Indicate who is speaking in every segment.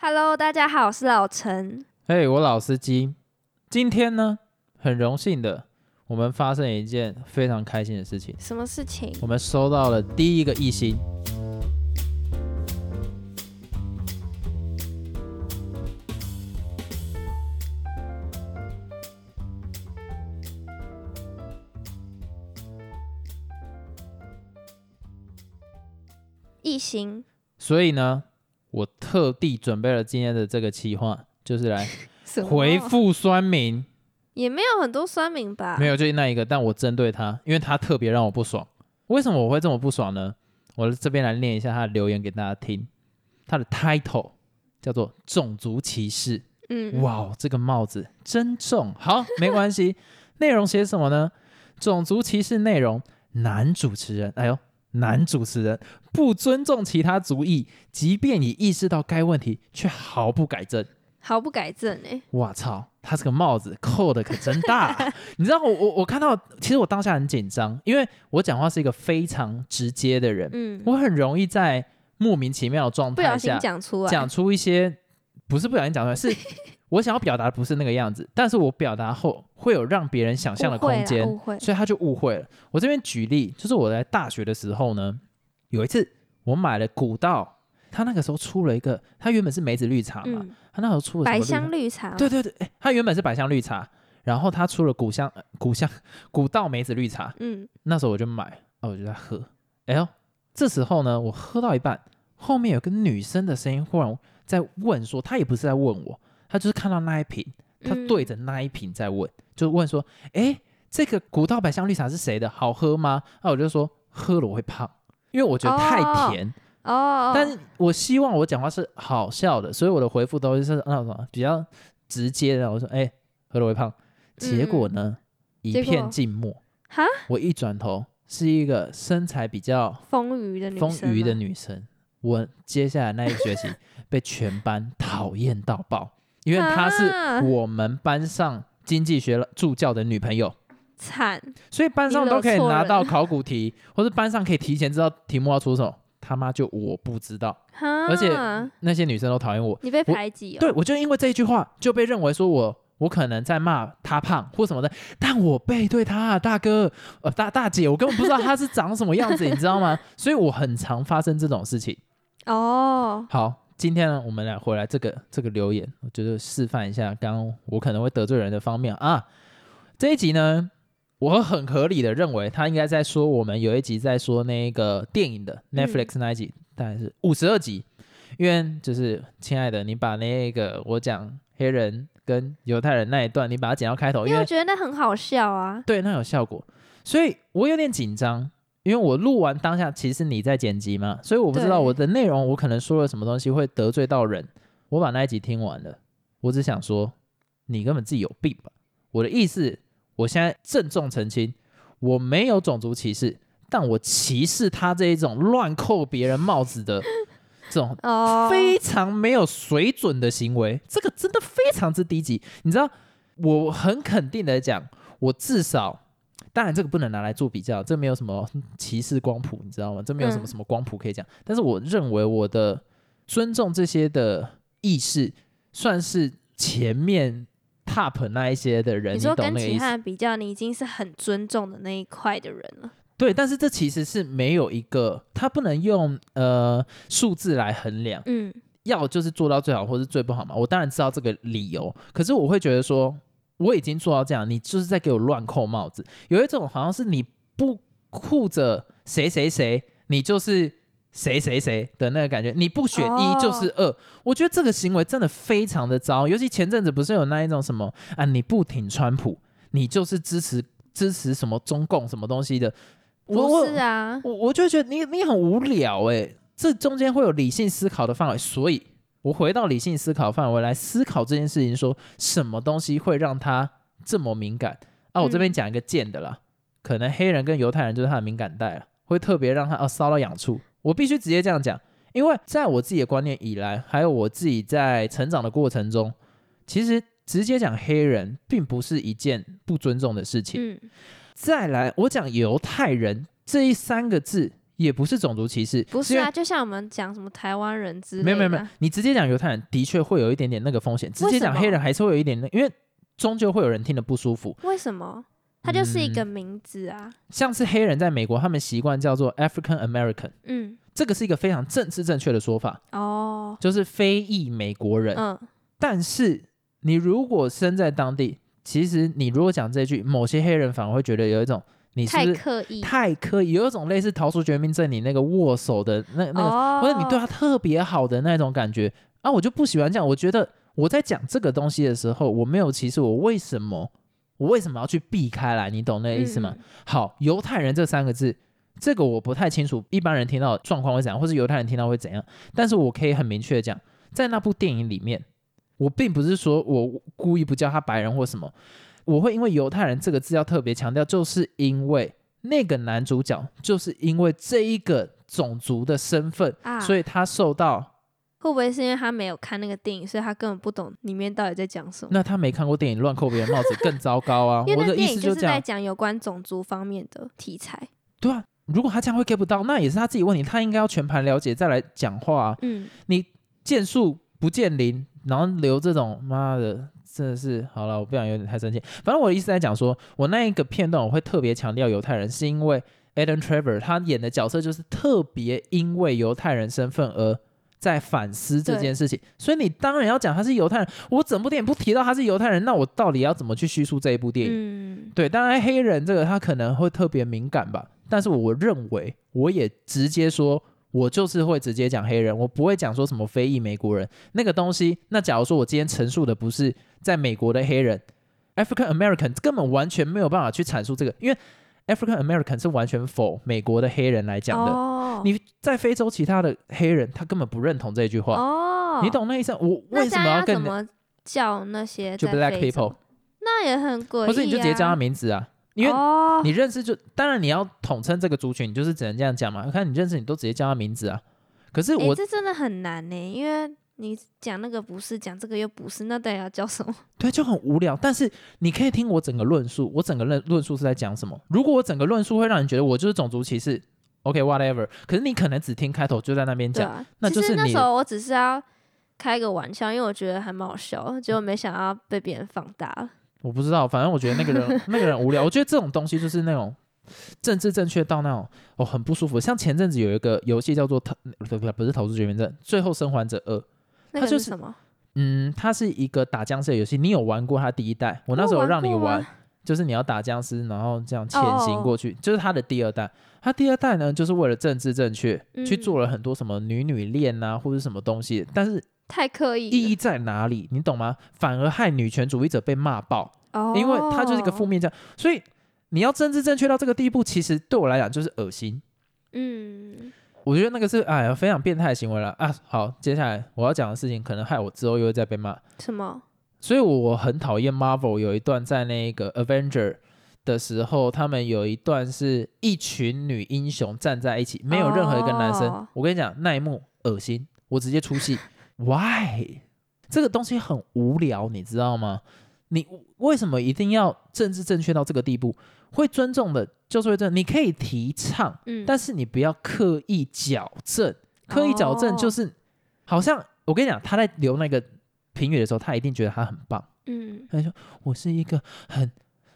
Speaker 1: Hello，大家好，我是老陈。
Speaker 2: 嘿我老司机，今天呢，很荣幸的，我们发生了一件非常开心的事情，
Speaker 1: 什么事情？
Speaker 2: 我们收到了第一个一星。
Speaker 1: 异形
Speaker 2: 所以呢，我特地准备了今天的这个企划，就是来
Speaker 1: 什么
Speaker 2: 回复酸民，
Speaker 1: 也没有很多酸民吧？
Speaker 2: 没
Speaker 1: 有。
Speaker 2: 有就那一个，但我针对他，因为他特别让我不爽。为什么我会这么不爽呢？我这边来念一下他的留言给大家听，他的 title 叫做“种族歧视”。
Speaker 1: 嗯，
Speaker 2: 哇哦，这个帽子真重。好，没关系。 内容写什么呢？种族歧视内容，男主持人，哎呦，男主持人不尊重其他族裔，即便已意识到该问题，却毫不改正。
Speaker 1: 毫不改正哎、
Speaker 2: 我操，他这个帽子扣的可真大 啊、你知道我我我看到，其实我当下很紧张，因为我讲话是一个非常直接的人，
Speaker 1: 嗯，
Speaker 2: 我很容易在莫名其妙的状
Speaker 1: 不
Speaker 2: 态
Speaker 1: 小
Speaker 2: 下
Speaker 1: 心讲出来，
Speaker 2: 讲出一些不是不小心讲出 来，是我想要表达的不是那个样子，但是我表达后会有让别人想象的
Speaker 1: 误会啦
Speaker 2: 空间，
Speaker 1: 误会。
Speaker 2: 所以他就误会了。我这边举例，就是我在大学的时候呢，有一次我买了古道，他那个时候出了一个，他原本是梅子绿茶嘛，
Speaker 1: 嗯，
Speaker 2: 他那时候啊出了什么
Speaker 1: 百
Speaker 2: 绿茶
Speaker 1: 香绿茶，
Speaker 2: 对，对对，诶他原本是百香绿茶，然后他出了古香呃古香古道梅子绿茶，
Speaker 1: 嗯，
Speaker 2: 那时候我就买，啊，我就在喝。哎呦，这时候呢，我喝到一半，后面有个女生的声音忽然在问说，她也不是在问我，她就是看到那一瓶，她
Speaker 1: 嗯
Speaker 2: 对着那一瓶在问，就问说，哎，这个古道百香绿茶是谁的？好喝吗？啊，我就说喝了我会胖，因为我觉得太
Speaker 1: 哦
Speaker 2: 甜。
Speaker 1: 哦，
Speaker 2: 但是我希望我讲话是好笑的，所以我的回复都是那种啊比较直接的。我说，哎，喝了会胖。结果呢，一
Speaker 1: 结果
Speaker 2: 片静默。
Speaker 1: 嗯哈，
Speaker 2: 我一转头是一个身材比较
Speaker 1: 丰腴的女
Speaker 2: 丰
Speaker 1: 生啊
Speaker 2: 腴
Speaker 1: 吗
Speaker 2: 的女生，我接下来那一个学期被全班讨厌到爆，因为她
Speaker 1: 啊
Speaker 2: 是我们班上经济学助教的女朋友，
Speaker 1: 惨，
Speaker 2: 所以班上
Speaker 1: 你惹
Speaker 2: 都可以
Speaker 1: 错
Speaker 2: 拿
Speaker 1: 人
Speaker 2: 到考古题，或是班上可以提前知道题目要出什么，他妈就我不知道，
Speaker 1: 哈，
Speaker 2: 而且那些女生都讨厌我，
Speaker 1: 你被
Speaker 2: 我
Speaker 1: 排挤哦，
Speaker 2: 对，我就因为这一句话就被认为说我我可能在骂他胖或什么的，但我背对他、啊、大哥呃大大姐，我根本不知道他是长什么样子，你知道吗？所以我很常发生这种事情。
Speaker 1: 哦，
Speaker 2: 好，今天呢，我们来回来这个这个留言，我觉得示范一下刚刚我可能会得罪人的方面啊。这一集呢，我很合理的认为他应该在说我们有一集在说那个电影的 Netflix 那一集，大概是五十二集，因为就是亲爱的，你把那个我讲黑人跟犹太人那一段，你把它剪到开
Speaker 1: 因
Speaker 2: 头，因
Speaker 1: 为我
Speaker 2: 为
Speaker 1: 觉得那很好笑啊，
Speaker 2: 对那有效果，所以我有点紧张。因为我录完当下，其实你在剪辑嘛，所以我不知道
Speaker 1: 对
Speaker 2: 我的内容，我可能说了什么东西会得罪到人。我把那一集听完了，我只想说，你根本自己有病吧？我的意思，我现在郑重澄清，我没有种族歧视，但我歧视他这一种乱扣别人帽子的这种
Speaker 1: 哦，
Speaker 2: 非常没有水准的行为，这个真的非常之低级。你知道，我很肯定的讲，我至少，当然这个不能拿来做比较，这没有什么嗯歧视光谱，你知道吗？这没有什么
Speaker 1: 嗯
Speaker 2: 什么光谱可以讲。但是我认为我的尊重这些的意识，算是前面 top 那一些的人，
Speaker 1: 你
Speaker 2: 你
Speaker 1: 说
Speaker 2: 懂
Speaker 1: 跟
Speaker 2: 那个
Speaker 1: 其
Speaker 2: 意思
Speaker 1: 他？人比较，你已经是很尊重的那一块的人了。
Speaker 2: 对，但是这其实是没有一个，它不能用呃数字来衡量。
Speaker 1: 嗯，
Speaker 2: 要就是做到最好，或是最不好嘛。我当然知道这个理由，可是我会觉得说，我已经做到这样，你就是在给我乱扣帽子。有一种好像是你不护着谁谁谁，你就是谁谁谁的那个感觉，你不选
Speaker 1: 哦
Speaker 2: 一就是二。我觉得这个行为真的非常的糟，尤其前阵子不是有那一种什么啊，你不挺川普，你就是支持支持什么中共什么东西的。我
Speaker 1: 不
Speaker 2: 我
Speaker 1: 是啊，
Speaker 2: 我我就觉得你你很无聊哎、这中间会有理性思考的范围，所以我回到理性思考范围来思考这件事情说什么东西会让他这么敏感啊？我这边讲一个贱的啦，可能黑人跟犹太人就是他的敏感带了，会特别让他哦骚到痒处。我必须直接这样讲，因为在我自己的观念以来，还有我自己在成长的过程中，其实直接讲黑人并不是一件不尊重的事情。
Speaker 1: 嗯，
Speaker 2: 再来，我讲犹太人这一三个字也不是种族歧视，
Speaker 1: 不是
Speaker 2: 因为
Speaker 1: 啊，就像我们讲什么台湾人之类的，
Speaker 2: 没有没有没有，你直接讲犹太人的确会有一点点那个风险，直接
Speaker 1: 为什
Speaker 2: 讲
Speaker 1: 么
Speaker 2: 黑人还是会有一点那，因为终究会有人嗯听得不舒服。
Speaker 1: 为什么？它就是一个名字啊，
Speaker 2: 像是黑人在美国，他们习惯叫做 African American，
Speaker 1: 嗯，
Speaker 2: 这个是一个非常政治正确的说法，
Speaker 1: 哦，
Speaker 2: 就是非裔美国人。
Speaker 1: 嗯，
Speaker 2: 但是你如果身在当地，其实你如果讲这句，某些黑人反而会觉得有一种你是
Speaker 1: 太
Speaker 2: 不是
Speaker 1: 刻意，
Speaker 2: 太刻意，有一种类似逃出绝命镇你那个握手的那那个
Speaker 1: 哦，
Speaker 2: 或者你对他特别好的那种感觉啊，我就不喜欢这样。我觉得我在讲这个东西的时候，我没有歧视，我为什么我为什么要去避开来？你懂那个意思吗？
Speaker 1: 嗯？嗯
Speaker 2: 好，犹太人这三个字，这个我不太清楚，一般人听到的状况会怎样，或是犹太人听到会怎样，但是我可以很明确的讲，在那部电影里面，我并不是说我故意不叫他白人或什么，我会因为犹太人这个字要特别强调，就是因为那个男主角就是因为这一个种族的身份，
Speaker 1: 啊，
Speaker 2: 所以他受到。
Speaker 1: 会不会是因为他没有看那个电影，所以他根本不懂里面到底在讲什么？
Speaker 2: 那他没看过电影，乱扣别人帽子更糟糕啊！
Speaker 1: 因为
Speaker 2: 我
Speaker 1: 那
Speaker 2: 的意
Speaker 1: 电
Speaker 2: 思
Speaker 1: 影就是
Speaker 2: 这样
Speaker 1: 在，讲有关种族方面的题材，
Speaker 2: 对啊。如果他这样会 get 不到，那也是他自己问题，他应该要全盘了解再来讲话啊。
Speaker 1: 嗯，
Speaker 2: 见树不见林，然后留这种妈的，真的是好了，我不想有点太生气。反正我的意思在讲说，我那一个片段我会特别强调犹太人，是因为 Adam Trevor 他演的角色就是特别因为犹太人身份而。在反思这件事情，所以你当然要讲他是犹太人。我整部电影不提到他是犹太人，那我到底要怎么去叙述这一部电影？
Speaker 1: 嗯，
Speaker 2: 对，当然黑人这个他可能会特别敏感吧，但是我认为我也直接说，我就是会直接讲黑人，我不会讲说什么非裔美国人那个东西。那假如说我今天陈述的不是在美国的黑人，African American 根本完全没有办法去阐述这个，因为 African American 是完全否美国的黑人来讲的。
Speaker 1: 哦，
Speaker 2: 你在非洲其他的黑人，他根本不认同这句话，
Speaker 1: 哦，
Speaker 2: 你？懂那意思吗？我
Speaker 1: 那
Speaker 2: 为
Speaker 1: 这
Speaker 2: 什么
Speaker 1: 样
Speaker 2: 跟
Speaker 1: 怎
Speaker 2: 你
Speaker 1: 么叫那些
Speaker 2: 就
Speaker 1: 在
Speaker 2: black
Speaker 1: 非洲
Speaker 2: people，
Speaker 1: 那也很诡异、啊，
Speaker 2: 或者你就直接叫他名字啊？因为
Speaker 1: 哦
Speaker 2: 你认识就当然你要统称这个族群，你就是只能这样讲嘛。看你认识，你都直接叫他名字啊。可是
Speaker 1: 诶
Speaker 2: 我、
Speaker 1: 这真的很难呢、因为你讲那个不是，讲这个又不是，那到底要叫 什么？
Speaker 2: 对就很无聊，但是你可以听我整个论述，我整个论论述是在讲什么。如果我整个论述会让你觉得我就是种族歧视，OK whatever，可是你可能只听开头就在那边
Speaker 1: 对
Speaker 2: 讲，
Speaker 1: 啊，
Speaker 2: 那
Speaker 1: 其
Speaker 2: 就是
Speaker 1: 实那
Speaker 2: 你
Speaker 1: 时候我只是要开个玩笑，因为我觉得还蛮好笑，结果没想到被别人放大了。
Speaker 2: 我不知道，反正我觉得那个 人那个人无聊。我觉得这种东西就是那种政治正确到那种哦很不舒服。像前阵子有一个游戏叫做《逃》，不不不是《逃出绝命镇》，《最后生还者二》。
Speaker 1: 那
Speaker 2: 他
Speaker 1: 个
Speaker 2: 就是是
Speaker 1: 什么？
Speaker 2: 嗯，它是一个打僵尸的游戏，你有玩过它第一代？我那时
Speaker 1: 我
Speaker 2: 候
Speaker 1: 玩
Speaker 2: 让你
Speaker 1: 过啊
Speaker 2: 玩，就是你要打僵尸，然后这样
Speaker 1: 哦
Speaker 2: 潜
Speaker 1: 哦
Speaker 2: 行
Speaker 1: 哦
Speaker 2: 过去，就是它的第二代。它第二代呢，就是为了政治正确、去
Speaker 1: 嗯
Speaker 2: 做了很多什么女女恋啊，或者什么东西，但是
Speaker 1: 太刻意
Speaker 2: 意
Speaker 1: 了
Speaker 2: 义在哪里？你懂吗？反而害女权主义者被骂爆，
Speaker 1: 哦，
Speaker 2: 因为它就是一个负面这样，所以你要政治正确到这个地步，其实对我来讲就是恶心。
Speaker 1: 嗯，
Speaker 2: 我觉得那个是哎呀非常变态的行为了啊！好，接下来我要讲的事情，可能害我之后又会再被骂。
Speaker 1: 什么？
Speaker 2: 所以我很讨厌 Marvel 有一段在那个 Avenger 的时候，他们有一段是一群女英雄站在一起，没有任何一个男生。
Speaker 1: 哦
Speaker 2: 我跟你讲，那一幕恶心，我直接出戏。Why？这个东西很无聊，你知道吗？你为什么一定要政治正确到这个地步？会尊重的，就是会尊重。你可以提倡，
Speaker 1: 嗯，
Speaker 2: 但是你不要刻意矫正，刻意矫正
Speaker 1: 哦
Speaker 2: 就是、好像我跟你讲，他在留那个评语的时候，他一定觉得他很棒，
Speaker 1: 嗯，
Speaker 2: 我是一个很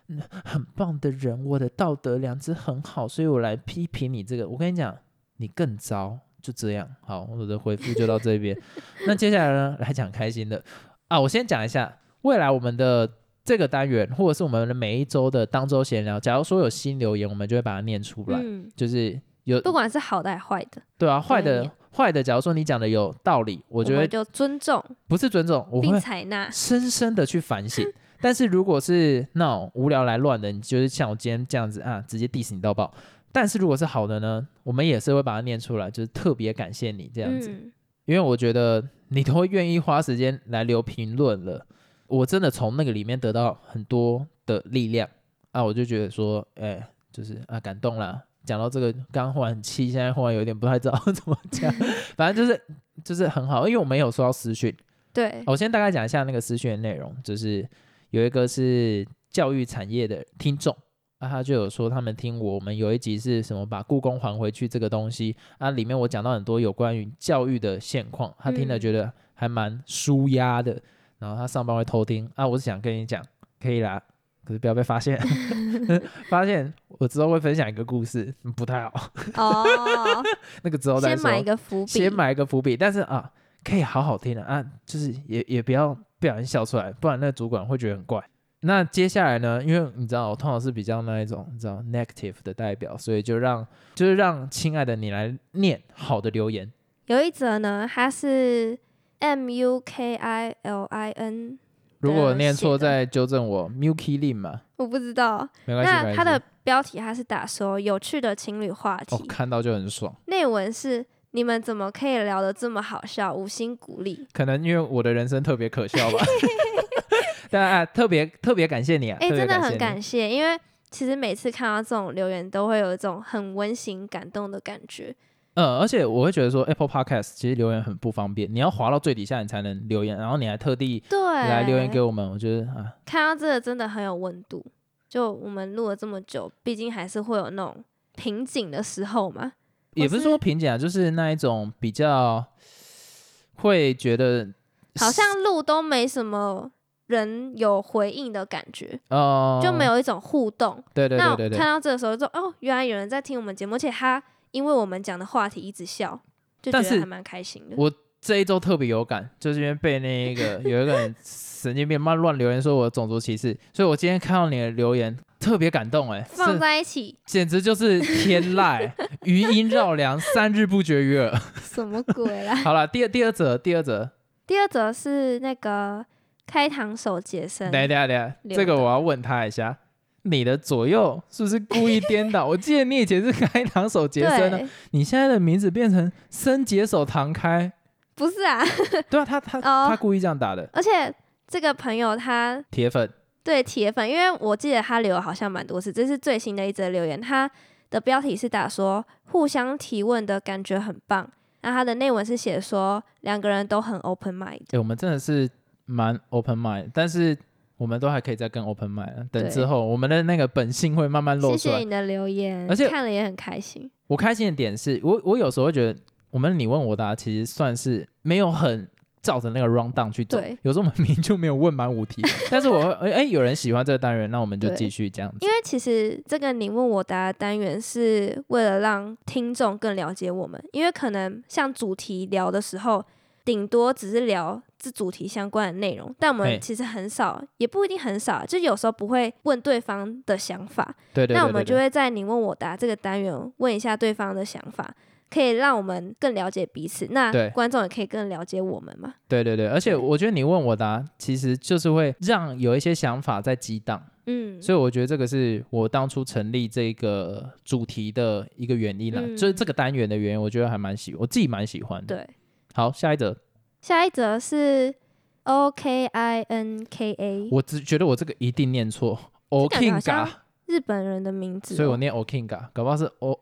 Speaker 2: 嗯很棒的人，我的道德良知很好，所以我来批评你这个。我跟你讲，你更糟，就这样。好，我的回复就到这边。 那接下来呢，来讲开心的啊，我先讲一下未来我们的。这个单元，或者是我们的每一周的当周闲聊，假如说有新留言，我们就会把它念出来。
Speaker 1: 嗯，
Speaker 2: 就是有
Speaker 1: 不管是好的还是坏的，
Speaker 2: 对啊，
Speaker 1: 不
Speaker 2: 坏
Speaker 1: 能
Speaker 2: 的
Speaker 1: 免
Speaker 2: 坏的，假如说你讲的有道理，我
Speaker 1: 我
Speaker 2: 觉
Speaker 1: 们
Speaker 2: 得
Speaker 1: 就尊重
Speaker 2: 不是尊重，我
Speaker 1: 并
Speaker 2: 会
Speaker 1: 采纳。
Speaker 2: 深深的去 反省。但是如果是那种无聊来乱的，你就是像我今天这样子啊，直接 diss 你到爆。但是如果是好的呢，我们也是会把它念出来，就是特别感谢你这样子，
Speaker 1: 嗯，
Speaker 2: 因为我觉得你都会愿意花时间来留评论了，我真的从那个里面得到很多的力量啊，我就觉得说，哎、就是啊感动啦。讲到这个，刚忽然很气，现在忽然有点不太知道 怎么讲，反正就是就是很好，因为我们有收到私讯。
Speaker 1: 对，
Speaker 2: 我先大概讲一下那个私讯的内容，就是有一个是教育产业的听众，啊，他就有说他们听我们有一集是什么把故宫还回去这个东西啊，里面我讲到很多有关于教育的现况，他听了
Speaker 1: 嗯
Speaker 2: 觉得还蛮舒压的，然后他上班会偷听啊，我是想跟你讲，可以啦，可是不要被 发现，发现我之后会分享一个故事，嗯不太好，
Speaker 1: 哦，
Speaker 2: 那个之后再
Speaker 1: 先
Speaker 2: 说，
Speaker 1: 埋一个伏笔，
Speaker 2: 先埋一个伏笔，但是啊，可以好好听的啊，就是也也不要不小心笑出来，不然那主管会觉得很怪。那接下来呢？因为你知道，我通常是比较那一种，你知道 negative 的代表，所以就让就是让亲爱的你来念好的留言。
Speaker 1: 有一则呢，它是 M U K I L I N，
Speaker 2: 如果我念错，
Speaker 1: 对写的
Speaker 2: 再纠正我。Milky Lin 嘛，
Speaker 1: 我不知道。
Speaker 2: 没关系。没
Speaker 1: 那
Speaker 2: 关
Speaker 1: 它
Speaker 2: 系
Speaker 1: 的标题它是打说有趣的情侣话题，
Speaker 2: 哦，看到就很爽。
Speaker 1: 内文是你们怎么可以聊得这么好笑，五星鼓励。
Speaker 2: 可能因为我的人生特别可 笑吧。 但啊，特别特别感谢你啊！
Speaker 1: 哎、
Speaker 2: 特别
Speaker 1: 真的
Speaker 2: 感谢
Speaker 1: 很
Speaker 2: 你
Speaker 1: 感谢，因为其实每次看到这种留言，都会有一种很温馨、感动的感觉。
Speaker 2: 嗯，而且我会觉得说 Apple Podcast 其实留言很不方便，你要滑到最底下你才能留言，然后你还特地
Speaker 1: 对，
Speaker 2: 来留言给我们，我觉得啊，
Speaker 1: 看到这个真的很有温度。就我们录了这么久，毕竟还是会有那种瓶颈的时候嘛。
Speaker 2: 也不是说瓶颈啊，就是那一种比较会觉得
Speaker 1: 好像录都没什么人有回应的感觉，
Speaker 2: 呃
Speaker 1: 就没有一种互动。
Speaker 2: 对对
Speaker 1: 那
Speaker 2: 对
Speaker 1: 我
Speaker 2: 对对
Speaker 1: 看，到这个时候就哦，原来有人在听我们节目，而且他因为我们讲的话题一直笑，就觉
Speaker 2: 但
Speaker 1: 得
Speaker 2: 是
Speaker 1: 还蛮开心的。
Speaker 2: 我这一周特别有感，就是因为被那个有一个人神经病妈乱留言说我种族歧视，所以我今天看到你的留言特别感动哎、
Speaker 1: 放
Speaker 2: 这
Speaker 1: 在一 起
Speaker 2: 简直就是天籁， 余音绕梁，三日不绝于耳。
Speaker 1: 什么鬼啦？
Speaker 2: 好了，第二第二则第二则
Speaker 1: 第二则是那个开膛手杰森，
Speaker 2: 等一下，等一下，
Speaker 1: 留
Speaker 2: 这个
Speaker 1: 的
Speaker 2: 我要问他一下，你的左右是不是故意颠倒？我 记得你以前是开膛手杰森啊，
Speaker 1: 对，
Speaker 2: 你现在的名字变成森解手 唐开，
Speaker 1: 不是啊，
Speaker 2: 对啊，他他、
Speaker 1: 哦
Speaker 2: 他故意这样打的，
Speaker 1: 而且这个朋友他
Speaker 2: 铁粉，
Speaker 1: 对铁粉，因为我记得他留好像蛮多次，这是最新的一则留言，他的标题是打说互相提问的感觉很棒，那他的内文是写说两个人都很 open mind，
Speaker 2: 哎、我们真的是蛮 open mind，但是我们都还可以再更 open mind，等啊
Speaker 1: 对
Speaker 2: 之后我们的那个本性会慢慢露
Speaker 1: 谢
Speaker 2: 出
Speaker 1: 谢
Speaker 2: 来。
Speaker 1: 你的留言，
Speaker 2: 而且
Speaker 1: 看了也很开心，
Speaker 2: 我开心的点是我我有时候会觉得，我们你问我答其实算是没有很照着那个 round down 去走
Speaker 1: 对，
Speaker 2: 有时候我们明明就没有问满 五题，但是我会哎、哎有人喜欢这个单元，那我们就
Speaker 1: 对
Speaker 2: 继续这样子
Speaker 1: 因。为其实这个你问我答的单元是为了让听众更了解我们，因为可能像主题聊的时候，顶多只是聊这主题相关的内容，但我
Speaker 2: 嘿
Speaker 1: 们其实很少，也不一定很少，就有时候不会问对方的想法，
Speaker 2: 对对对对对
Speaker 1: 那我们就会在你问我答这个单元问一下对方的想法。可以让我们更了解彼此，那
Speaker 2: 对
Speaker 1: 观众也可以更了解我们嘛？
Speaker 2: 对对对，而且我觉得你问我答，其实就是会让有一些想法在激荡，
Speaker 1: 嗯，
Speaker 2: 所以我觉得这个是我当初成立这个主题的一个原因啦，
Speaker 1: 嗯
Speaker 2: 就是这个单元的原因，我觉得还蛮喜，我自己蛮喜欢的。
Speaker 1: 对。
Speaker 2: 好，下一则，
Speaker 1: 下一则是 O K I N K A。
Speaker 2: 我只觉得我这个一定念错
Speaker 1: 感觉好像
Speaker 2: ，Okinga。
Speaker 1: 日本人的名字哦、
Speaker 2: 所以我念 Okinga，搞不好是 O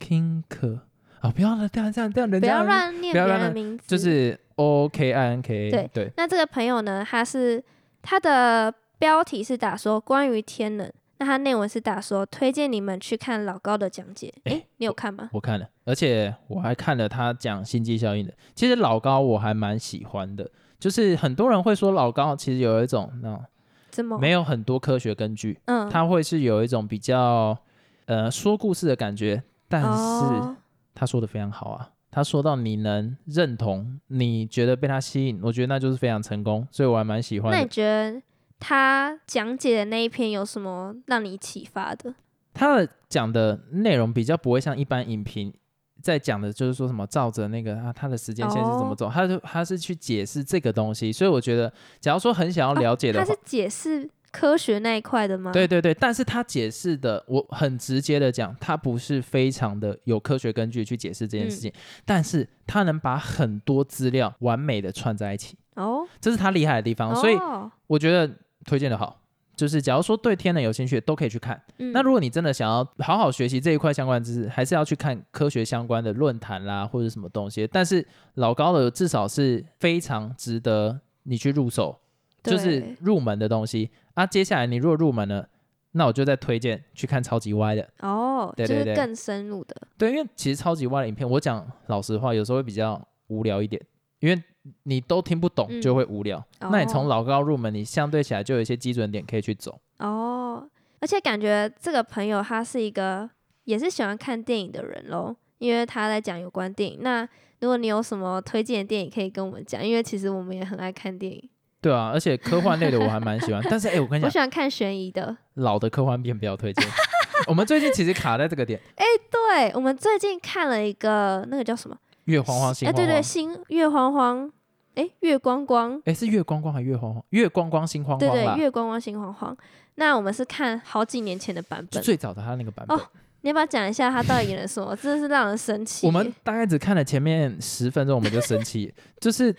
Speaker 2: Okinka 啊！不要了，这样这样这样，人
Speaker 1: 不
Speaker 2: 家
Speaker 1: 要乱念
Speaker 2: 不
Speaker 1: 别
Speaker 2: 要
Speaker 1: 人的
Speaker 2: 乱
Speaker 1: 名字。
Speaker 2: 就是 O K I N K
Speaker 1: 对
Speaker 2: 对
Speaker 1: 那这个朋友呢，他是他的标题是打说关于天能，那他内文是打说推荐你们去看老高的讲解。
Speaker 2: 诶
Speaker 1: 诶，你有看吗？
Speaker 2: 我看了，而且我还看了他讲心机效应的。其实老高我还蛮喜欢的，就是很多人会说老高其实有一种那种
Speaker 1: 怎么？
Speaker 2: 没有很多科学根据，
Speaker 1: 哦嗯，
Speaker 2: 他会是有一种比较呃说故事的感觉，但是
Speaker 1: 哦、
Speaker 2: 他说的非常好啊。他说到你能认同，你觉得被他吸引，我觉得那就是非常成功，所以我还蛮喜欢的
Speaker 1: 那你。觉得他讲解的那一篇有什么让你启发的？
Speaker 2: 他的讲的内容比较不会像一般影评在讲的，就是说什么照着那个啊，他的时间线是怎么
Speaker 1: 哦
Speaker 2: 走，他就他是去解释这个东西，所以我觉得，假如说很想要
Speaker 1: 哦
Speaker 2: 了解的
Speaker 1: 他
Speaker 2: 话，
Speaker 1: 是解释科学那一块的吗？
Speaker 2: 对对对，但是他解释的，我很直接的讲，他不是非常的有科学根据去解释这
Speaker 1: 嗯
Speaker 2: 件事情，但是他能把很多资料完美的串在一起，
Speaker 1: 哦，
Speaker 2: 这是他厉害的地方，所以
Speaker 1: 哦
Speaker 2: 我觉得推荐的好。就是假如说对天能有兴趣，都可以去看。
Speaker 1: 嗯
Speaker 2: 那如果你真的想要好好学习这一块相关知识，还是要去看科学相关的论坛啦，或者什么东西。但是老高的至少是非常值得你去入手，就是
Speaker 1: 对
Speaker 2: 入门的东西。啊，接下来你如果入门了，那我就再推荐去看超级歪的。
Speaker 1: 哦，
Speaker 2: 对对
Speaker 1: 就
Speaker 2: 对
Speaker 1: 是更深入的，
Speaker 2: 对，因为其实超级歪的影片，我讲老实话，有时候会比较无聊一点，因为你都听不懂
Speaker 1: 嗯
Speaker 2: 就会无聊。那你
Speaker 1: 哦
Speaker 2: 从老高入门，你相对起来就有一些基准点可以去走。
Speaker 1: 哦，而且感觉这个朋友他是一个也是喜欢看电影的人喽，因为他在讲有关电影。那如果你有什么推荐的电影，可以跟我们讲，因为其实我们也很爱看电影，
Speaker 2: 对啊，而且科幻类的我还蛮喜 欢，但是哎、我跟你
Speaker 1: 我
Speaker 2: 讲，
Speaker 1: 喜欢看悬疑的。
Speaker 2: 老的科幻片不要推荐。 我们最近其实卡在这个点，《
Speaker 1: 对，我们最近看了一个那个叫什么？
Speaker 2: 月黄黄星
Speaker 1: 哎，
Speaker 2: 黄
Speaker 1: 对
Speaker 2: 黄》
Speaker 1: 对，星月光光，哎，月光光，
Speaker 2: 哎，是月光光还是月黄黄？月光光心慌
Speaker 1: 对
Speaker 2: 慌
Speaker 1: 对，
Speaker 2: 啦，
Speaker 1: 月光光星黄黄。那我们是看好几年前的版
Speaker 2: 就
Speaker 1: 本，
Speaker 2: 最早的他那个版本。
Speaker 1: 哦你要不要讲一下他到底演了什么？真的是让人生气耶。
Speaker 2: 我们大概只看了前面十分钟，我们就生气，就是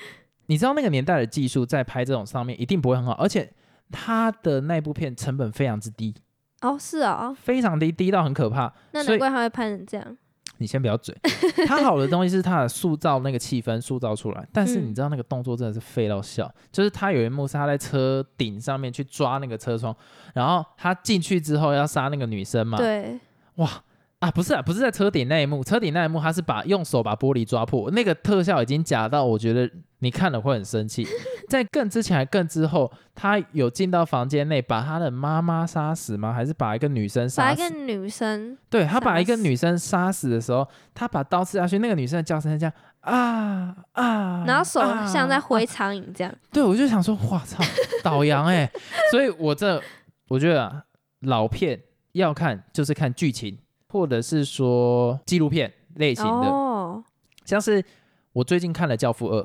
Speaker 2: 你知道那个年代的技术在拍这种上面一定不会很好，而且他的那部片成本非常之低，
Speaker 1: 哦是哦，
Speaker 2: 非常低，低到很可怕。
Speaker 1: 那
Speaker 2: 所
Speaker 1: 难
Speaker 2: 以
Speaker 1: 怪他会拍成这样。
Speaker 2: 你先不要嘴， 他好的东西是他的塑造那个气氛塑造出来，但是
Speaker 1: 嗯
Speaker 2: 你知道那个动作真的是废到笑，就是他有一幕是他在车顶上面去抓那个车窗，然后他进去之后要杀那个女生嘛，
Speaker 1: 对，
Speaker 2: 哇啊，不是啊，不是在车顶那一幕，车顶那一幕他是把用手把玻璃抓破，那个特效已经假到我觉得你看了会很生 气。在更之前还更之后，他有进到房间内把他的妈妈杀死吗？还是把一个女生
Speaker 1: 把
Speaker 2: 杀
Speaker 1: 一个
Speaker 2: 死？
Speaker 1: 女生，
Speaker 2: 对他把
Speaker 1: 杀
Speaker 2: 一个
Speaker 1: 死
Speaker 2: 女生杀死的时候，他把刀刺下去，那个女生的叫声是这样啊啊，
Speaker 1: 然后手
Speaker 2: 啊
Speaker 1: 像在挥苍蝇这样。
Speaker 2: 对，我就想说，哇 操，倒洋哎、所以我这我觉得、啊、老片要看就是看剧情，或者是说纪录片类型的，
Speaker 1: 哦，
Speaker 2: 像是我最近看了《教父二》，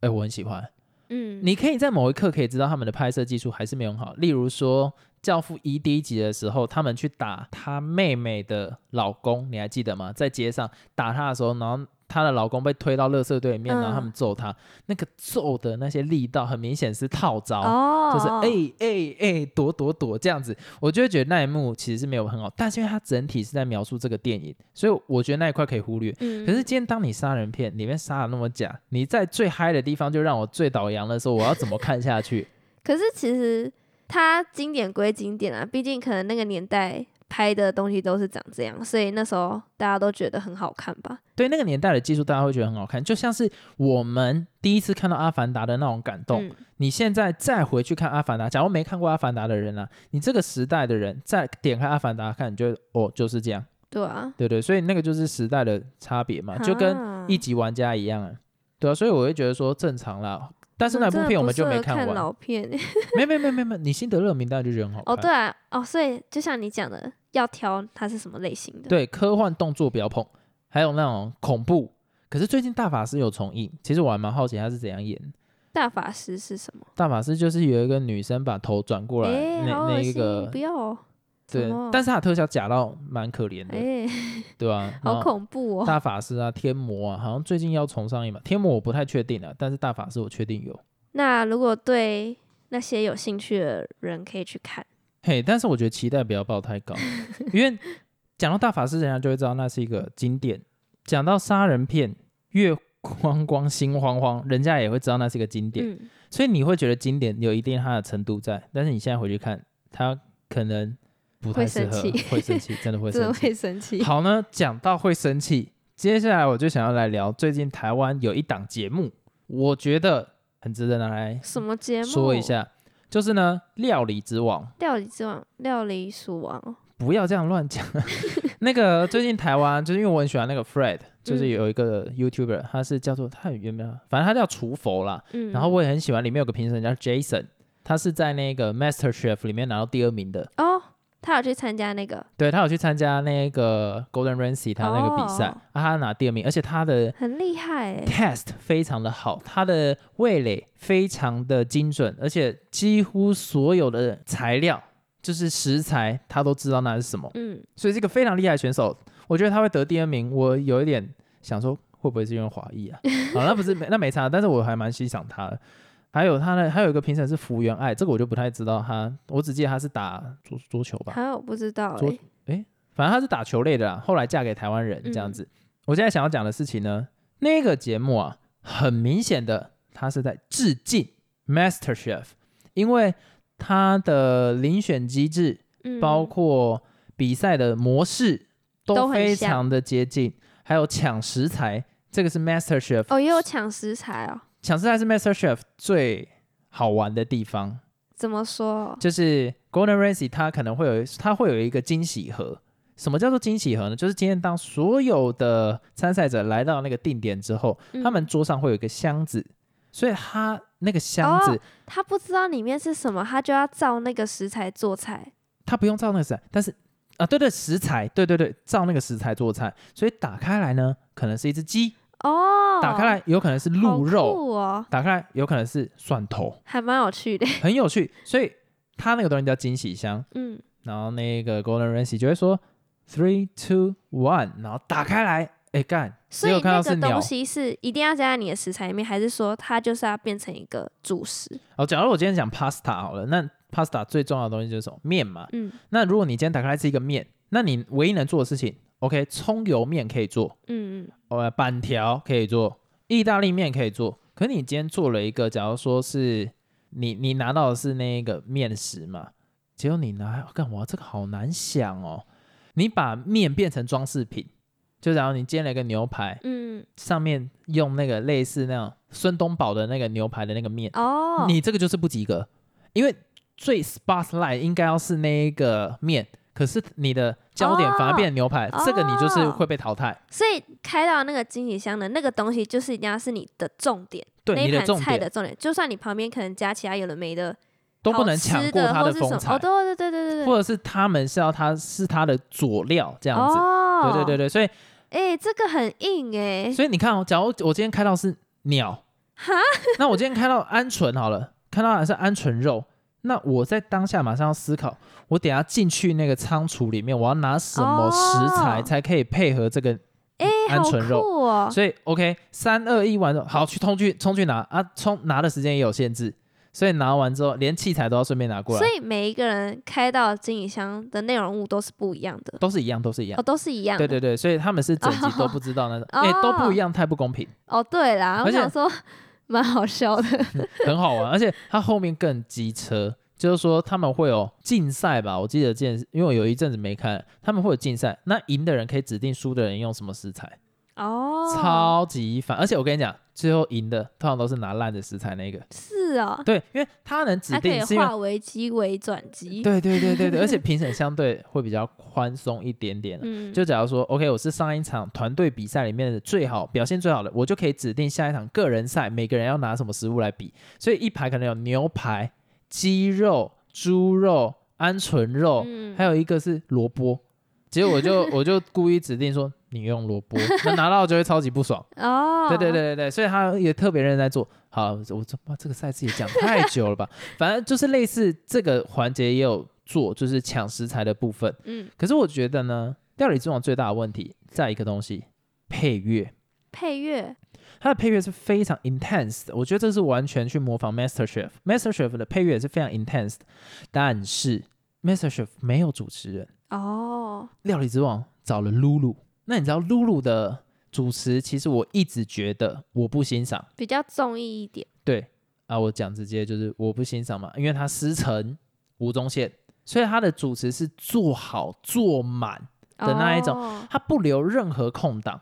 Speaker 2: 哎，我很喜欢。
Speaker 1: 嗯，
Speaker 2: 你可以在某一刻可以知道他们的拍摄技术还是没有很好，例如说。教父一第一集的时候，他们去打他妹妹的老公，你还记得吗？在街上打他的时候，然后她的老公被推到垃圾堆里面，
Speaker 1: 嗯
Speaker 2: 然后他们揍他，那个揍的那些力道，很明显是套招。
Speaker 1: 哦，
Speaker 2: 就是
Speaker 1: 哦，
Speaker 2: 哎哎哎躲躲躲这样子，我就会觉得那一幕其实是没有很好，但是因为它整体是在描述这个电影，所以我觉得那一块可以忽略。
Speaker 1: 嗯，
Speaker 2: 可是今天当你杀人片里面杀的那么假，你在最嗨的地方就让我最倒洋的时候，我要怎么看下去？
Speaker 1: 可是其实它经典归经典啊，毕竟可能那个年代拍的东西都是长这样，所以那时候大家都觉得很好看吧。
Speaker 2: 对那个年代的技术，大家会觉得很好看，就像是我们第一次看到《阿凡达》的那种感动。
Speaker 1: 嗯，
Speaker 2: 你现在再回去看《阿凡达》，假如没看过《阿凡达》的人啊，你这个时代的人再点开《阿凡达》看，你就会哦就是这样，
Speaker 1: 对啊，
Speaker 2: 对对，所以那个就是时代的差别嘛，就跟
Speaker 1: 啊
Speaker 2: 一级玩家一样啊，对啊，所以我会觉得说正常啦。但是那部
Speaker 1: 真的
Speaker 2: 片我
Speaker 1: 不
Speaker 2: 们就
Speaker 1: 适
Speaker 2: 没
Speaker 1: 合看
Speaker 2: 完，
Speaker 1: 老片
Speaker 2: 没没没没没，你辛德勒名单就觉得很好看。
Speaker 1: 哦，对啊，哦，所以就像你讲的，要挑它是什么类型的。，
Speaker 2: 对科幻动作不要碰，还有那种恐怖。可是最近大法师有重映，其实我还蛮好奇他是怎样演。
Speaker 1: 大法师是什么？
Speaker 2: 大法师就是有一个女生把头转过来，
Speaker 1: 哎，
Speaker 2: 那
Speaker 1: 好
Speaker 2: 那
Speaker 1: 恶心，
Speaker 2: 一个
Speaker 1: 不要哦。
Speaker 2: 对
Speaker 1: 什么，
Speaker 2: 但是他的特效假到蛮可怜的，
Speaker 1: 哎，
Speaker 2: 对吧、
Speaker 1: 好
Speaker 2: 然后
Speaker 1: 恐怖哦。
Speaker 2: 大法师啊，天魔啊，好像最近要重上映嘛。天魔我不太确定啊，但是大法师我确定有。
Speaker 1: 那如果对那些有兴趣的人可以去看，
Speaker 2: 嘿，但是我觉得期待不要抱 太高，因为讲到大法师，人家就会知道那是一个经典；讲到杀人片，月 光光、心慌慌，人家也会知道那是一个经典。
Speaker 1: 嗯，
Speaker 2: 所以你会觉得经典有一定它的程度在，但是你现在回去看，它可能不太
Speaker 1: 会
Speaker 2: 适
Speaker 1: 生
Speaker 2: 合
Speaker 1: 气，
Speaker 2: 会 生气，真的会
Speaker 1: 真
Speaker 2: 生
Speaker 1: 的
Speaker 2: 气。
Speaker 1: 会生气。
Speaker 2: 好呢，讲到会生气，接下来我就想要来聊最近台湾有一档节目，我觉得很值得拿来
Speaker 1: 什么节目？
Speaker 2: 说一下，就是呢《料理之王》。
Speaker 1: 料理之王，料理鼠王。
Speaker 2: 不要这样乱 讲。那个最近台湾，就是因为我很喜欢那个 Fred，就是
Speaker 1: 嗯
Speaker 2: 有一个 YouTuber，、他是叫做他有没有，反正他叫厨佛啦。
Speaker 1: 嗯，
Speaker 2: 然后我也很喜欢，里面有个评审叫 Jason，他是在那个 Master Chef 里面拿到第二名的。
Speaker 1: 哦，他有去参加那个，
Speaker 2: 对他有去参加那个 Golden Ramsy 他那个比赛，
Speaker 1: 哦
Speaker 2: 啊，他拿第二名，而且他的
Speaker 1: 很厉害哎。
Speaker 2: test 非常的好，他的味蕾非常的精准，而且几乎所有的材料就是食材，他都知道那是什么。
Speaker 1: 嗯，
Speaker 2: 所以是一个非常厉害的选手。我觉得他会得第二名，我有一点想说会不会是因为华裔啊？好，那不是那没差，但是我还蛮欣赏他的。还有他的还有一个评审是福原爱，这个我就不太知道他，我只记得他是打桌桌球吧，
Speaker 1: 还有不知道
Speaker 2: 昨
Speaker 1: 哎。
Speaker 2: 反正他是打球类的啦，后来嫁给台湾人这样子。我现在想要讲的事情呢，那个节目啊，很明显的，他是在致敬 Master Chef，因为他的遴选机制
Speaker 1: 嗯
Speaker 2: 包括比赛的模式
Speaker 1: 都
Speaker 2: 都
Speaker 1: 很
Speaker 2: 非常的接近，还有抢食材，这个是 Master Chef，、
Speaker 1: 哦也有抢食材哦，
Speaker 2: 抢食材是 Master Chef 最好玩的地方，
Speaker 1: 怎么说？
Speaker 2: 就是 Gordon Ramsay 他可能会有他会有一个惊喜盒。什么叫做惊喜盒呢？就是今天当所有的参赛者来到那个定点之后，
Speaker 1: 嗯
Speaker 2: 他们桌上会有一个箱子，所以他那个箱子、
Speaker 1: 哦他不知道里面是什么，他就要照那个食材做菜。
Speaker 2: 他不用照那个食材，但是啊，对对，食材，对对对，照那个食材做菜，所以打开来呢，可能是一只鸡，
Speaker 1: 哦，
Speaker 2: 打开来有可能是
Speaker 1: 好
Speaker 2: 鹿肉，
Speaker 1: 酷哦，
Speaker 2: 打开来有可能是 蒜头，
Speaker 1: 还蛮有趣的。
Speaker 2: 很有趣。所以他那个东西叫惊喜箱，
Speaker 1: 嗯，
Speaker 2: 然后那个 Golden Ramsy 就会说 three two one，然后打开来，哎干，
Speaker 1: 所
Speaker 2: 你
Speaker 1: 以
Speaker 2: 有看
Speaker 1: 那
Speaker 2: 到
Speaker 1: 个
Speaker 2: 是
Speaker 1: 东
Speaker 2: 鸟
Speaker 1: 西是一定要加在你的食材里面，还是说它就是要变成一个主食？
Speaker 2: 哦，假如我今天讲 pasta 好了，那 pasta 最重要的东西就是什么面嘛。
Speaker 1: 嗯
Speaker 2: 那如果你今天打开来是一个面，那你唯一能做的事情，OK，葱油面可以做。
Speaker 1: 嗯嗯，
Speaker 2: 呃，板条可以做，意大利面可以做。可你今天做了一个，假如说是你你拿到的是那个面食嘛，结果你拿干嘛？这个好难想哦。你把面变成装饰品，就假如你煎了一个牛排，
Speaker 1: 嗯
Speaker 2: 上面用那个类似那种孙东宝的那个牛排的那个面，
Speaker 1: 哦，
Speaker 2: 你这个就是不及格，因为最 spotlight 应该要是那一个面，可是你的焦点反而变成牛排，这个你就是
Speaker 1: 哦
Speaker 2: 会被淘汰。
Speaker 1: 所以开到那个惊喜箱的那个东西，就是一定要是你的重点，那
Speaker 2: 对你
Speaker 1: 一
Speaker 2: 的
Speaker 1: 盘
Speaker 2: 重
Speaker 1: 菜
Speaker 2: 点
Speaker 1: 的重点。就算你旁边可能加其他有的没的，
Speaker 2: 都不
Speaker 1: 好
Speaker 2: 能
Speaker 1: 吃
Speaker 2: 抢过他
Speaker 1: 或
Speaker 2: 的
Speaker 1: 是
Speaker 2: 风
Speaker 1: 什么哦，
Speaker 2: 采，
Speaker 1: 对对对对对对，
Speaker 2: 或者是他们是要他是他的佐料这
Speaker 1: 这
Speaker 2: 样子。
Speaker 1: 哦
Speaker 2: 对、对对
Speaker 1: 对，
Speaker 2: 对，所以
Speaker 1: 哎、这个很硬哎、
Speaker 2: 所以你看哦，假如我今天开到是鸟，
Speaker 1: 哈，
Speaker 2: 那我今天开到鹌鹑好了，开到的是鹌鹑肉，那我在当下马上要思考，我等一下进去那个仓储里面，我要拿什么食材
Speaker 1: 哦
Speaker 2: 才可以配合这个？
Speaker 1: 哎、
Speaker 2: 鹌
Speaker 1: 好
Speaker 2: 鹑肉
Speaker 1: 酷哦，
Speaker 2: 所以 OK，三二一完之后，好去冲去冲去拿啊，冲拿的时间也有限制，所以拿完之后连器材都要顺便拿过
Speaker 1: 所
Speaker 2: 来，
Speaker 1: 以每一个人开到惊喜箱的内容物都是不一样的，
Speaker 2: 都是一样，都是一样
Speaker 1: 哦，。都是一样的，
Speaker 2: 对对对，所以他们是整集都不 知道那种，
Speaker 1: 哦
Speaker 2: 哎、都不一样，太不公平，
Speaker 1: 哦，对啦，我
Speaker 2: 而且
Speaker 1: 想说蛮好 笑的，
Speaker 2: 很好玩。而且它后面更机车，就是说他们会有竞赛吧，我记得见，因为我有一阵子没看，他们会有竞赛，那赢的人可以指定输的人用什么食材，
Speaker 1: 哦，
Speaker 2: 超级烦。而且我跟你讲，最后赢的通常都是拿烂的食材那 个，
Speaker 1: 是哦，
Speaker 2: 对，因为他能指
Speaker 1: 它可以
Speaker 2: 定是因为。
Speaker 1: 化危机为转机，
Speaker 2: 对对对对 对，而且评审相对会比较宽松一点点，啊
Speaker 1: 嗯，
Speaker 2: 就假如说，OK，我是上一场团队比赛里面的最好表现最好的，我就可以指定下一场个人赛，每个人要拿什么食物来比。所以一排可能有牛排、鸡肉、猪肉、鹌鹑肉，
Speaker 1: 嗯
Speaker 2: 还有一个是萝卜。结果 我就我就故意指定说你用萝卜，那拿到就会超级 不爽。
Speaker 1: 哦，
Speaker 2: 对对对对对，所以他也特别认真在做。好，我说哇，这个赛事也讲太久了吧？反正就是类似这个环节也有做，就是抢食材的部分。
Speaker 1: 嗯，
Speaker 2: 可是我觉得呢，料理之王最大的问题在一个东西，配乐。
Speaker 1: 配乐，
Speaker 2: 它的配乐是非常 intense 的，我觉得这是完全去模仿 Master Chef。Master Chef 的配乐也是非常 intense 的，但是 Master Chef 没有主持人，
Speaker 1: 哦，
Speaker 2: 料理之王找了露露。那你知道露露的主持，其实我一直觉得我不欣赏。
Speaker 1: 比较综艺一点。
Speaker 2: 对啊，我讲直接就是我不欣赏嘛，因为他师承吴宗宪，所以他的主持是做好做满。的那一种
Speaker 1: 哦
Speaker 2: 它不留任何空档，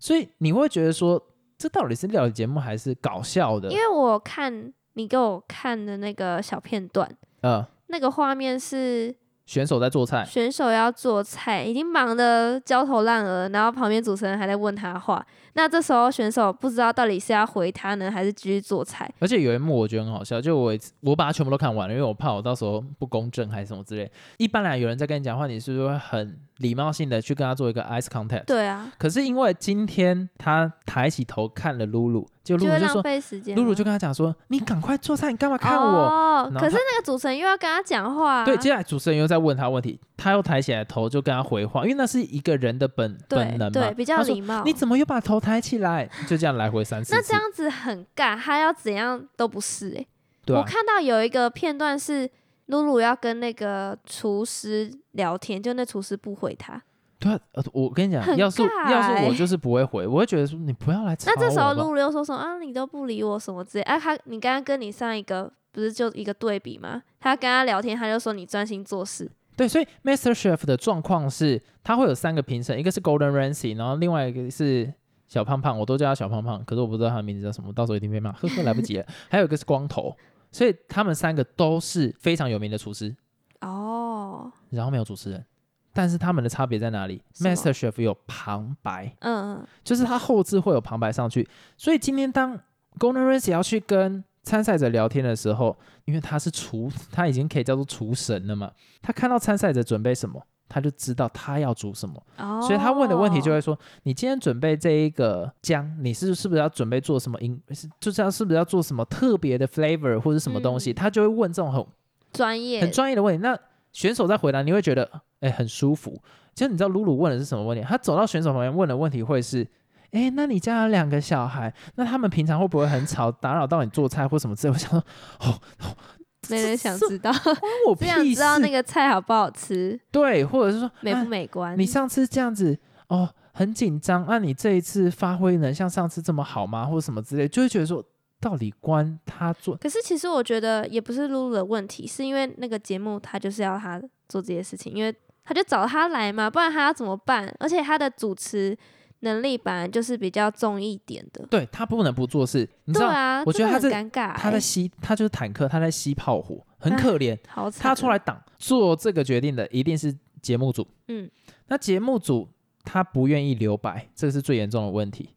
Speaker 2: 所以你会觉得说，这到底是料理节目还是搞笑的
Speaker 1: 因？为我看你给我看的那个小片段，
Speaker 2: 呃，
Speaker 1: 那个画面是
Speaker 2: 选手在做菜，
Speaker 1: 选手要做菜，已经忙得焦头烂额，然后旁边主持人还在问他话。那这时候选手不知道到底是要回他呢，还是继续做 菜。
Speaker 2: 而且有一幕我觉得很好笑，就我一次我把它全部都看完了，因为我怕我到时候不公正还是什么之类。一般来有人在跟你讲话，你是不是会很礼貌性的去跟他做一个 eyes contact？。
Speaker 1: 对啊，
Speaker 2: 可是因为今天他抬起头看了露露，就露
Speaker 1: 就
Speaker 2: 露
Speaker 1: 会
Speaker 2: 就
Speaker 1: 浪
Speaker 2: 说，
Speaker 1: 费时间吗。啊
Speaker 2: 露露就跟他讲说：“你赶快做菜，你干嘛看我？”
Speaker 1: 哦
Speaker 2: 然，后
Speaker 1: 可是
Speaker 2: 他
Speaker 1: 那个主持人又要跟他讲话、啊。
Speaker 2: 对，接下来主持人又在问他问题，他又抬起来头就跟他回话，因为那是一个人的本本
Speaker 1: 对
Speaker 2: 能
Speaker 1: 对，
Speaker 2: 嘛。
Speaker 1: 比较
Speaker 2: 他说
Speaker 1: 礼貌。
Speaker 2: 你怎么又把头抬起来？就这样来回三四次。
Speaker 1: 那这样子很尬，他要怎样都不是哎、
Speaker 2: 对、
Speaker 1: 我
Speaker 2: 啊，
Speaker 1: 看到有一个片段是露露要跟那个厨师聊天，就那厨师不回他。
Speaker 2: 对啊，呃我跟你讲，
Speaker 1: 很
Speaker 2: 要是
Speaker 1: 尬
Speaker 2: 要是
Speaker 1: 欸
Speaker 2: 我就是不会回，我会觉得说你不要来吵
Speaker 1: 那
Speaker 2: 我。
Speaker 1: 这时候
Speaker 2: 好不好
Speaker 1: 露露又说什么啊，你都不理我什么之类。哎、他你刚刚跟你上一个不是就一个对比吗？他跟他聊天，他就说你专心做事，
Speaker 2: 对，所以 Master Chef 的状况是，它会有三个评审，一个是 Golden Ramsy，然后另外一个是小胖胖，我都叫他小胖胖，可是我不知道他的名字叫什么，到时候一定被骂，呵呵，来不及 了。还有一个是光头，所以他们三个都是非常有名的厨师，
Speaker 1: 哦，
Speaker 2: 然后没有主持人。但是他们的差别在哪里
Speaker 1: 什么
Speaker 2: ？Master Chef 有旁白，
Speaker 1: 嗯，嗯
Speaker 2: 就是他后置会有旁白上去，所以今天当 Golden Ramsy 要去跟参赛者聊天的时候，因为他是厨，他已经可以叫做厨神了嘛，他看到参赛者准备什么，他就知道他要煮什么，
Speaker 1: 哦，
Speaker 2: 所以他问的问题就会说：你今天准备这一个姜，你是是不是要准备做什么饮，是就是要是不是要做什么特别的 flavor 或者什么东西？
Speaker 1: 嗯
Speaker 2: 他就会问这种很
Speaker 1: 专业，
Speaker 2: 很专业的问题。那选手在回答，你会觉得哎、很舒服。其实你知道露露问的是什么问题？他走到选手旁边问的问题会是。哎，那你家有两个小孩，那他们平常会不会很吵，打扰到你做菜或什么之类？我想说，哦，哦
Speaker 1: 没人想
Speaker 2: 这
Speaker 1: 知道，
Speaker 2: 关我
Speaker 1: 只
Speaker 2: 屁
Speaker 1: 想
Speaker 2: 事。
Speaker 1: 知道那个菜好不好吃，
Speaker 2: 对，或者是说，
Speaker 1: 美
Speaker 2: 啊
Speaker 1: 不美观。
Speaker 2: 你上次这样子哦，很紧张，那、你这一次发挥能像上次这么好吗？或者什么之类，就会觉得说，到底关他做
Speaker 1: 可是其实我觉得也不是露露的问题，是因为那个节目他就是要他做这些事情，因为他就找他来嘛，不然他要怎么办？而且他的主持能力本来就是比较重一点的，
Speaker 2: 对他不能不做事，你知
Speaker 1: 对
Speaker 2: 道、
Speaker 1: 啊，
Speaker 2: 我觉得他
Speaker 1: 真
Speaker 2: 是
Speaker 1: 的很尴尬欸、
Speaker 2: 他在吸，他就是坦克，他在吸炮火，很可怜。
Speaker 1: 好惨，
Speaker 2: 他出来，挡做这个决定的一定是节目组，
Speaker 1: 嗯，
Speaker 2: 那节目组他不愿意留白，这是最严重的问题。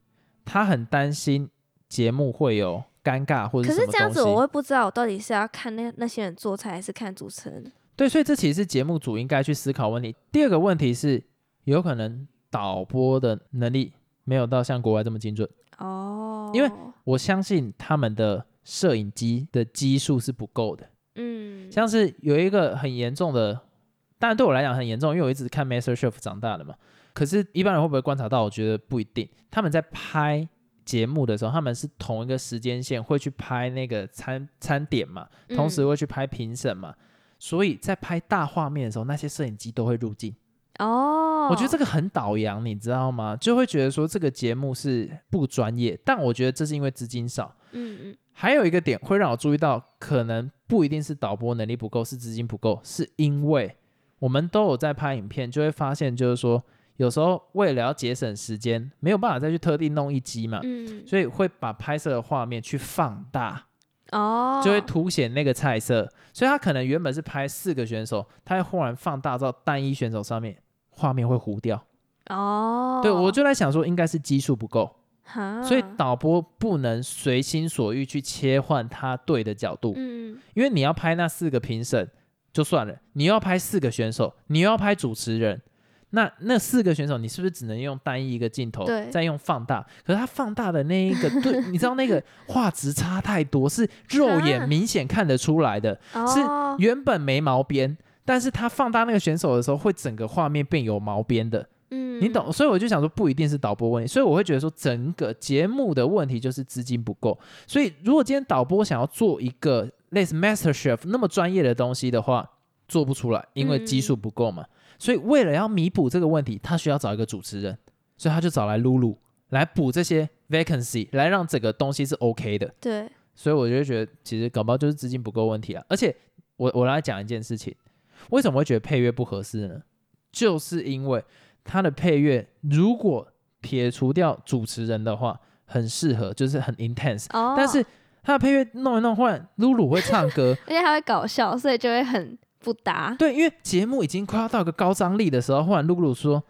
Speaker 2: 他很担心节目会有尴尬或者
Speaker 1: 哦可
Speaker 2: 什么
Speaker 1: 是
Speaker 2: 东
Speaker 1: 这
Speaker 2: 西。
Speaker 1: 样子我会不知道我到底是要看那那些人做菜，还是看主持人。
Speaker 2: 对，所以这其实是节目组应该去思考问题。第二个问题是，有可能导播的能力没有到像国外这么精准。
Speaker 1: 哦，
Speaker 2: 因为我相信他们的摄影机的基数是不够的。
Speaker 1: 嗯，
Speaker 2: 像是有一个很严重的，当然对我来讲很严重，因为我一直看 Master Chef 长大的嘛。可是，一般人会不会观察到？我觉得不一定。他们在拍节目的时候，他们是同一个时间线会去拍那个餐餐点嘛，
Speaker 1: 嗯
Speaker 2: 同时会去拍评审嘛。所以在拍大画面的时候，那些摄影机都会入镜。
Speaker 1: 嗯哦，
Speaker 2: 我觉得这个很倒洋，你知道吗？就会觉得说这个节目是不专业，但我觉得这是因为资金少。
Speaker 1: 嗯嗯
Speaker 2: 还有一个点会让我注意到，可能不一定是导播能力不够，是资金不够，是因为我们都有在拍影片，就会发现就是说，有时候为了要节省时间，没有办法再去特地弄一机嘛，
Speaker 1: 嗯，
Speaker 2: 所以会把拍摄的画面去放大，
Speaker 1: 哦，
Speaker 2: 就会凸显那个菜色。所以他可能原本是拍四个选手，他会忽然放大到单一选手上面，画面会糊掉。
Speaker 1: 哦，嗯
Speaker 2: 对，我就在想说，应该是基数不够，
Speaker 1: 哈，
Speaker 2: 所以导播不能随心所欲去切换他对的角度，
Speaker 1: 嗯
Speaker 2: 因为你要拍那四个评审就算了，你又要拍四个选手，你又要拍主持人，那那四个选手你是不是只能用单一一个镜头
Speaker 1: 对，
Speaker 2: 再用放大？可是他放大的那一个 对，你知道那个画质差太多，是肉眼
Speaker 1: 啊
Speaker 2: 明显看得出来的，是
Speaker 1: 哦
Speaker 2: 原本没毛边。但是他放大那个选手的时候，会整个画面变有毛边的，
Speaker 1: 嗯，
Speaker 2: 你懂，所以我就想说，不一定是导播问题，所以我会觉得说，整个节目的问题就是资金不够。所以如果今天导播想要做一个类似 Master Chef 那么专业的东西的话，做不出来，因为基数不够嘛。所以为了要弥补这个问题，他需要找一个主持人，所以他就找来露露来补这些 vacancy，来让整个东西是 OK 的。
Speaker 1: 对，
Speaker 2: 所以我就觉得，其实搞不好就是资金不够问题啊。而且我我来讲一件事情，为什么会觉得配乐不合适呢？就是因为它的配乐如果撇除掉主持人的话，很适合，就是很 intense，、
Speaker 1: 哦，，
Speaker 2: 但是它的配乐弄一弄，忽然露露会唱歌
Speaker 1: 而且还会搞笑，所以就会很不搭。
Speaker 2: 对，因为节目已经快要到一个高张力的时候，忽然露露说。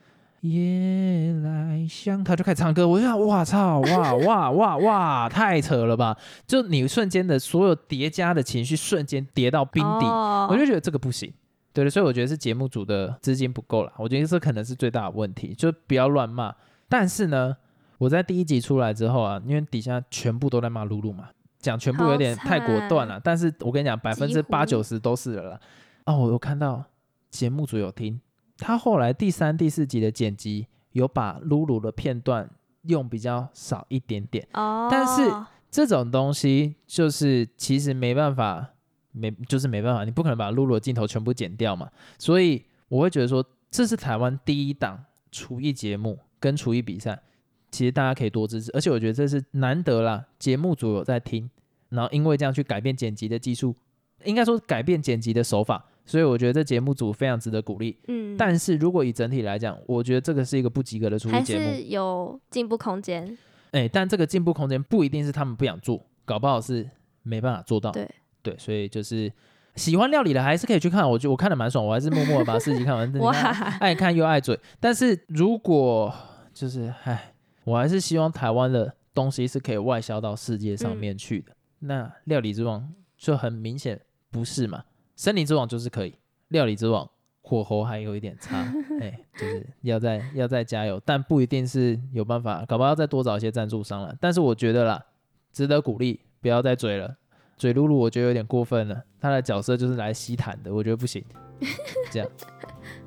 Speaker 2: 夜来香，他就开始唱歌，我就想，哇操，哇哇哇哇，太扯了吧！就你瞬间的所有叠加的情绪，瞬间叠到 冰底，
Speaker 1: 哦
Speaker 2: 我就觉得这个不行。对的，所以我觉得是节目组的资金不够了，我觉得这可能是最大的问题，就不要乱骂。但是呢，我在第一集出来之后啊，因为底下全部都在骂露露嘛，讲全部有点
Speaker 1: 好
Speaker 2: 太
Speaker 1: 惨
Speaker 2: 果断了，但是我跟你讲，百分之
Speaker 1: 几乎
Speaker 2: 八九十都是了啦。哦，我有看到节目组有听，他后来第三、第四集的剪辑有把露露的片段用比较少一点点。
Speaker 1: 哦，
Speaker 2: 但是这种东西就是其实没办法，没就是没办法，你不可能把露露的镜头全部剪掉嘛。所以我会觉得说，这是台湾第一档厨艺节目跟厨艺比赛，其实大家可以多支持，而且我觉得这是难得啦，节目组有在听，然后因为这样去改变剪辑的技术，应该说改变剪辑的手法，所以我觉得这节目组非常值得鼓励。
Speaker 1: 嗯，
Speaker 2: 但是如果以整体来讲，我觉得这个是一个不及格的厨艺
Speaker 1: 还
Speaker 2: 节目。
Speaker 1: 是有进步空间。
Speaker 2: 哎，但这个进步空间不一定是他们不想做，搞不好是没办法做到。
Speaker 1: 对
Speaker 2: 对，所以就是喜欢料理的还是可以去看，我觉得我看的蛮爽，我还是默默地把四集看完。你
Speaker 1: 哇
Speaker 2: 看爱看又爱嘴，但是如果就是唉，我还是希望台湾的东西是可以外销到世界上面去的。那料理之王就很明显不是嘛，森林之王就是可以，料理之王火候还有一点差，哎、就是要再要再加油，但不一定是有办法，搞不好要再多找一些赞助商了。但是我觉得啦，值得鼓励，不要再追了。嘴露露我觉得有点过分了，她的角色就是来吸痰的，我觉得不行。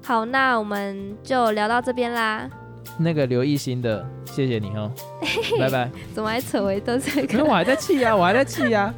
Speaker 1: 好，那我们就聊到这边啦。
Speaker 2: 那个刘艺兴的，谢谢你哦，拜拜。
Speaker 1: 怎么还扯回到这
Speaker 2: 没有，
Speaker 1: 个？
Speaker 2: 啊我还在气呀、我还在气呀、